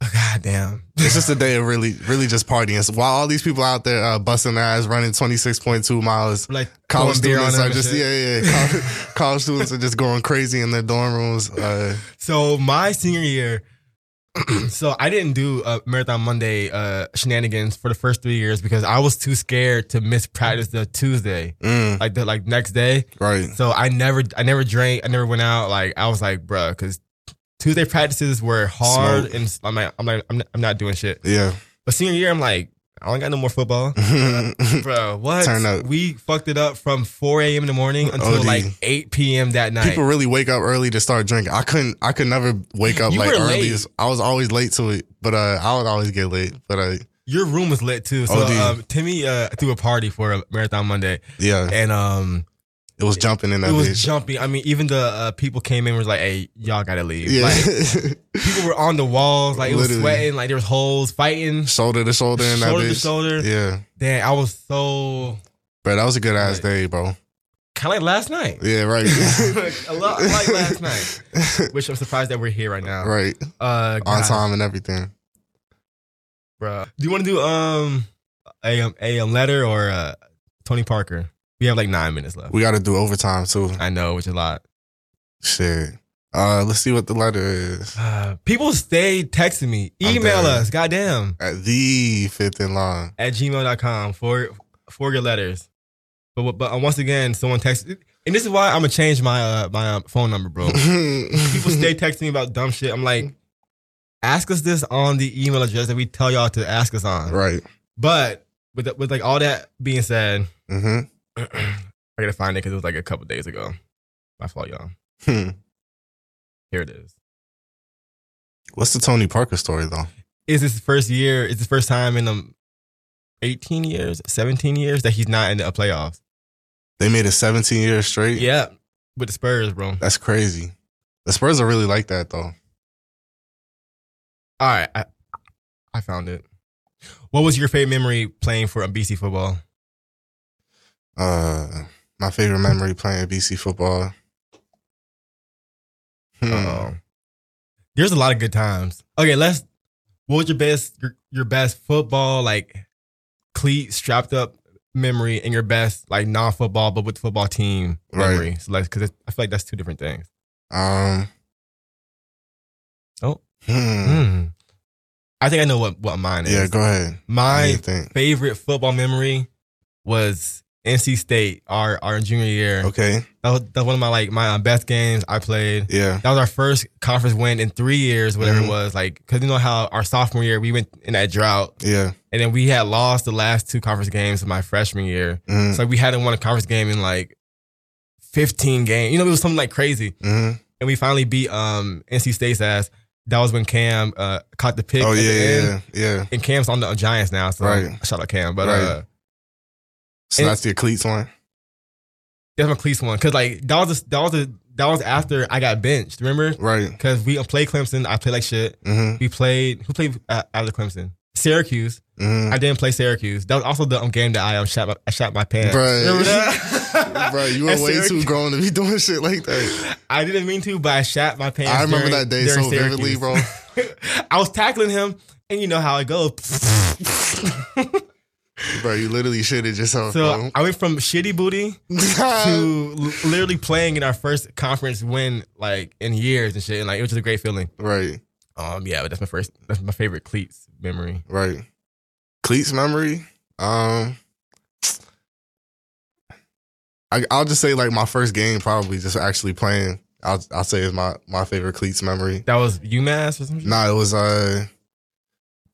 A: god damn.
B: It's just a day of really, really just partying. So while all these people out there uh, busting their ass, running twenty six point two miles,
A: Like
B: college
A: throwing beer on
B: students
A: them
B: are
A: and
B: just
A: shit.
B: yeah, yeah. yeah. College, college students are just going crazy in their dorm rooms. Uh,
A: So my senior year, so I didn't do uh, Marathon Monday uh, shenanigans for the first three years because I was too scared to miss practice the Tuesday,
B: mm,
A: like the like next day.
B: right,
A: So I never, I never drank, I never went out. Like I was like, bruh, because Tuesday practices were hard,
B: Smoke.
A: and I'm like, I'm like, I'm not, I'm not doing shit.
B: yeah.
A: But senior year, I'm like, I don't got no more football. Bro, what?
B: Mm. Turn up.
A: We fucked it up from 4 a.m. in the morning until
B: OD.
A: like 8 p.m. that night.
B: People really wake up early to start drinking. I couldn't. I could never wake up
A: You
B: like
A: were
B: early.
A: late.
B: as- I was always late to it, but uh, I would always get late. But uh,
A: Your room was lit too. So
B: OD.
A: um, Timmy uh, threw a party for a Marathon Monday,
B: yeah,
A: and um,
B: it was jumping in that
A: it was
B: bitch.
A: jumpy. I mean, even the uh, people came in and was like, "Hey, y'all gotta leave."
B: yeah,
A: Like people were on the walls, like it was
B: Literally.
A: sweating, like there was holes, fighting
B: shoulder to shoulder in that
A: shoulder
B: bitch.
A: to shoulder.
B: Yeah,
A: Damn, I was so
B: bro, that was a good ass
A: Like-
B: day, bro.
A: kind of like last night,
B: Yeah, right.
A: A lot like last night. which I'm surprised that we're here right now.
B: right
A: Uh,
B: on
A: God.
B: time and everything.
A: bro. Do you want to do um a um, a um, letter or uh, Tony Parker? We have like nine minutes left.
B: We got to do overtime too.
A: I know, which is a lot.
B: Shit. Uh, let's see what the letter is.
A: Uh, people stay texting me,
B: I'm
A: email
B: done.
A: us, goddamn,
B: At the fifth in line.
A: at gmail.com for for your letters. But what- but uh, once again, someone texted, and this is why I'm gonna change my uh, my uh, phone number, bro. people
B: People
A: stay texting me about dumb shit. I'm like, ask us this on the email address that we tell y'all to ask us on.
B: Right.
A: But with the, with like all that being said,
B: hmm
A: I gotta find it because it was like a couple days ago. My fault, y'all.
B: Hmm.
A: Here it is.
B: What's the Tony Parker story though?
A: Is his first year? Is his first time in um, eighteen years, seventeen years that he's not in the playoffs?
B: They made it 17 years straight.
A: Yeah, with the Spurs, bro. All
B: That's crazy. The Spurs are really like that though.
A: right, I, I found it. What was your favorite memory playing for um, BC football?
B: Uh, my favorite memory playing BC football. Hmm.
A: Uh-oh. Um, There's a lot of good times. Okay, let's. What was your best your, your best football like cleat strapped up memory and your best like non football but with football team
B: Right.
A: memory? So like, because I feel like that's two different things.
B: Um.
A: Oh.
B: Hmm.
A: Mm. I think I know what what mine is.
B: Yeah. Go ahead. I
A: My
B: think.
A: favorite football memory was NC State our our junior year.
B: Okay.
A: That, was, that was one of my like my uh, best games I played.
B: Yeah.
A: that was our first conference win in three years, whatever
B: Mhm.
A: it was. Like, cause you know how our sophomore year we went in that drought,
B: Yeah.
A: and then we had lost the last two conference games of my freshman year.
B: Mm-hmm.
A: So like, we hadn't won a conference game in like fifteen games. You know, it was something like crazy,
B: Mm-hmm.
A: and we finally beat um NC State's ass. That was when Cam uh, caught the pick.
B: Oh
A: at the
B: yeah.
A: end.
B: Yeah. Yeah.
A: And Cam's on the Giants now, so
B: Right.
A: shout out Cam. But
B: Right.
A: uh,
B: So
A: And-
B: that's the cleats one.
A: that's my cleats one, cause like that was a, that was a, that was after I got benched. Remember?
B: Right.
A: Cause we played Clemson, I played like shit.
B: Mm-hmm.
A: We played. Who played uh, out of Clemson? Syracuse.
B: Mm-hmm.
A: I didn't play Syracuse. That was also the um, game that I um, shot. My, I shot my pants.
B: Bruh.
A: Remember that?
B: Bro, you were
A: At
B: way too
A: Syracuse.
B: grown to be doing shit like that.
A: I didn't mean to, but I shot my pants.
B: I remember
A: during-
B: that day
A: during
B: so vividly,
A: Syracuse.
B: bro.
A: I was tackling him, and you know how it goes. so
B: Bro, you literally shitted yourself, bro.
A: I went from shitty booty
B: Uh-huh.
A: to l- literally playing in our first conference win, like in years and shit. And like it was just a great feeling.
B: right,
A: Um, yeah, but that's my first. That's my favorite cleats memory.
B: right. Cleats memory. Um, I, I'll just say like my first game, probably just actually playing. I'll I'll say is my my favorite cleats memory.
A: That was UMass or something.
B: Nah, it was uh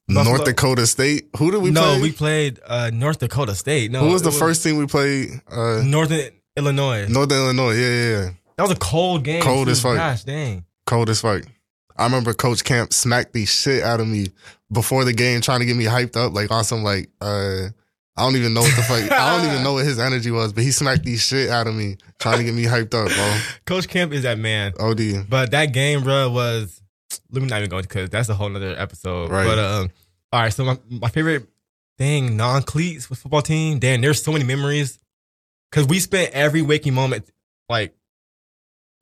A: Buffalo?
B: North Dakota State. Who did we
A: no,
B: play?
A: we played uh, North Dakota State. No,
B: Who was
A: it
B: the first team we played? Uh,
A: Northern Illinois.
B: Northern Illinois. Yeah, yeah, yeah.
A: That was a cold game.
B: Cold as fuck.
A: Gosh dang.
B: cold as fuck. I remember Coach Camp smacked the shit out of me before the game, trying to get me hyped up, like on some like uh, I don't even know what the fuck. I don't even know what his energy was, but he smacked the shit out of me, trying to get me hyped up,
A: Coach Kemp is that man.
B: bro. OD.
A: But that game, bro, was let me not even go because that's a whole nother episode.
B: Right.
A: But um, all right. So my, my favorite thing, non cleats with football team. Damn, there's so many memories because we spent every waking moment like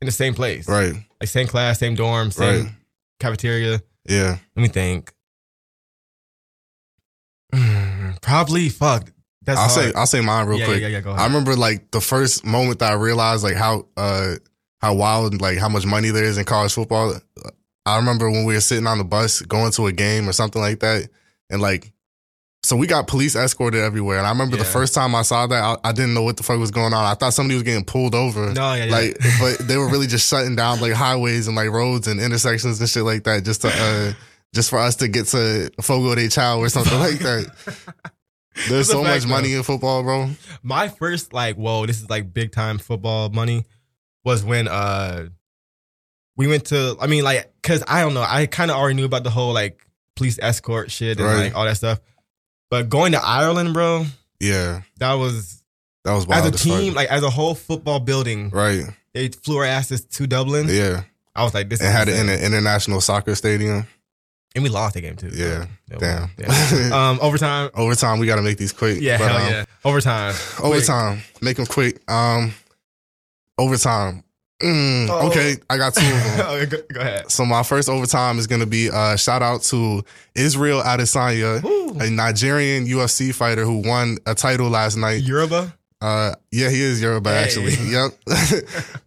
A: in the same place,
B: Right.
A: like same class, same dorm, same
B: Right.
A: cafeteria.
B: Yeah.
A: Let me think. Mm, Probably fuck. That's
B: I'll say
A: hard.
B: I'll say mine real
A: yeah,
B: quick.
A: Yeah, yeah, yeah. Go
B: I
A: ahead.
B: remember like the first moment that I realized like how uh how wild and like how much money there is in college football. I remember when we were sitting on the bus going to a game or something like that, and like so we got police escorted everywhere. And I remember the
A: Yeah.
B: first time I saw that, I, I didn't know what the fuck was going on. I thought somebody was getting pulled over.
A: no, yeah, yeah.
B: Like, but they were really just shutting down like highways and like roads and intersections and shit like that, just to uh, just for us to get to Fogo de Chao or something like that. There's
A: That's a
B: so much
A: fact, though.
B: money in football, bro.
A: my first like whoa this is like big time football money was when uh we went to i mean like because i don't know i kind of already knew about the whole like police escort shit and
B: Right.
A: like all that stuff but going to ireland bro
B: Yeah.
A: that was
B: That was wild
A: as a
B: as fuck.
A: team like as a whole football building
B: right?
A: they flew our asses to dublin
B: Yeah,
A: i was like this
B: it
A: is
B: had it in
A: Mm-hmm. insane.
B: an international soccer stadium.
A: and we lost the game too so,
B: Yeah.
A: yeah,
B: Damn.
A: yeah. um overtime
B: overtime, we got to make these quick.
A: yeah
B: but,
A: hell
B: um,
A: yeah overtime
B: Overtime, make them quick. Um, overtime. Mm,
A: Oh.
B: Okay, I got two of them.
A: Okay, go, go ahead
B: so my first overtime is gonna be uh, shout out to Israel Adesanya,
A: Woo.
B: a Nigerian UFC fighter who won a title last night.
A: yoruba
B: Uh, yeah, he is Yoruba
A: Hey.
B: actually. Yep.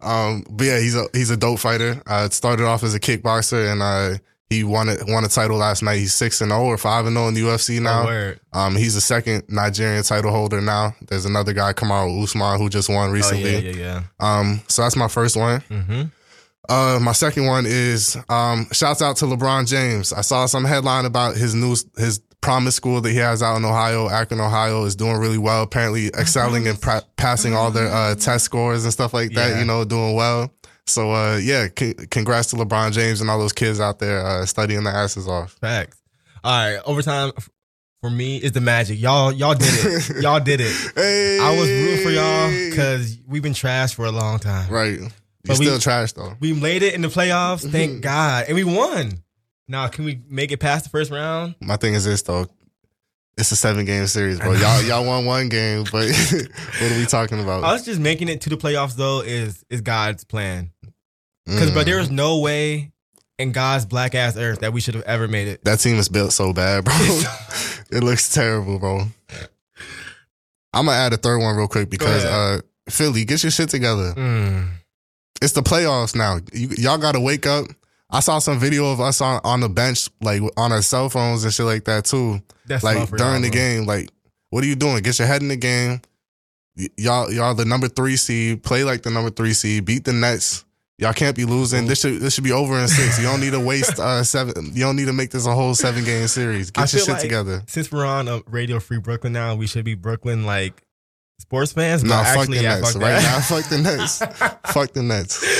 B: um, but yeah, he's a he's a dope fighter. Uh, started off as a kickboxer and uh, he won it won a title last night. He's six and zero or five and zero in the UFC
A: Oh,
B: now.
A: word.
B: Um, he's the second Nigerian title holder now. There's another guy, Kamaru Usman, who just won recently.
A: oh, yeah yeah
B: Um, so that's my first one.
A: yeah mm-hmm
B: Uh, my second one is um, shouts out to LeBron James. I saw some headline about his new his promise school that he has out in Ohio, Akron, Ohio, is doing really well. Apparently, excelling and pra- passing all their uh, test scores and stuff like that.
A: Yeah.
B: You know, doing well. So uh, yeah, c- congrats to LeBron James and all those kids out there uh, studying their asses off.
A: Facts. All right, overtime f- for me is the magic. Y'all, y'all did it. y'all did it.
B: Hey,
A: I was rooting for y'all because we've been trashed for a long time.
B: right, you
A: But we-
B: still trash though.
A: We made it in the playoffs, thank
B: Mhm.
A: God, and we won. Now, can we make it past the first round?
B: My thing is this though. It's a seven game series, bro.
A: I know.
B: Y'all y'all won one game, but what are we talking about?
A: Us just making it to the playoffs though is is God's plan. Because,
B: Mm.
A: but there is no way in God's black ass earth that we should have ever made it.
B: That team is built so bad, bro. it looks terrible, bro. I'm gonna add a third one real quick because uh,
A: ahead.
B: Philly, get your shit together.
A: Mm.
B: It's the playoffs now. You, y'all gotta wake up. I saw some video of us on, on the bench, like on our cell phones and shit like that too.
A: That's love
B: Like
A: for
B: during
A: y'all,
B: the
A: bro.
B: game, like what are you doing? Get your head in the game. Y- y'all, y'all the number three seed. Play like the number three seed. Beat the Nets. Y'all can't be
A: Oh.
B: losing. This should this should be over in six. You don't need to waste uh, seven. You don't need to make this a whole seven game series.
A: I
B: Get your
A: feel
B: shit
A: like-
B: together.
A: Since we're on uh, Radio Free Brooklyn now, we should be Brooklyn like sports fans. but
B: Nah, fuck
A: actually,
B: the
A: yeah,
B: Nets.
A: fuck
B: Right now,
A: that.
B: fuck the Nets. fuck the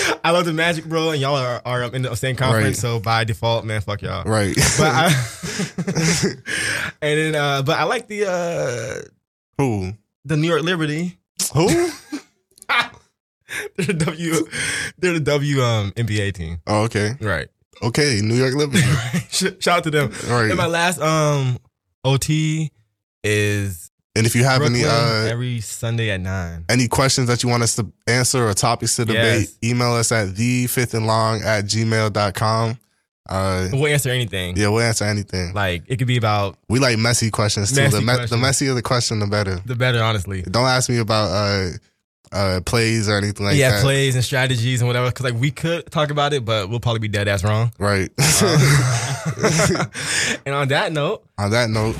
B: Nets.
A: I love the Magic, bro, and y'all are, are in the same conference,
B: Right.
A: so by default, man, fuck y'all. all
B: Right.
A: But I, and then, uh, but I like the uh,
B: Who?
A: the New York Liberty.
B: Who?
A: They're the W, they're the W um, NBA team,
B: Oh, okay.
A: right?
B: Okay. New York Liberty.
A: Sh- Shout out to them. And my
B: Right.
A: last um OT is
B: And if you have
A: Brooklyn
B: any uh,
A: every Sunday at nine.
B: any questions that you want us to answer or topics to debate, email us at the fifth and long at gmail.com. Uh,
A: We'll answer anything.
B: yeah, we'll answer anything.
A: Like it could be about
B: We like messy questions too.
A: Messy
B: the, me- the
A: questions.
B: messier the question, the better.
A: the better, honestly.
B: Don't ask me about uh, uh, plays or anything like
A: yeah,
B: that.
A: plays and strategies and whatever. Because like we could talk about it, but we'll probably be dead ass wrong.
B: Right.
A: Uh, and on that note,
B: On that note,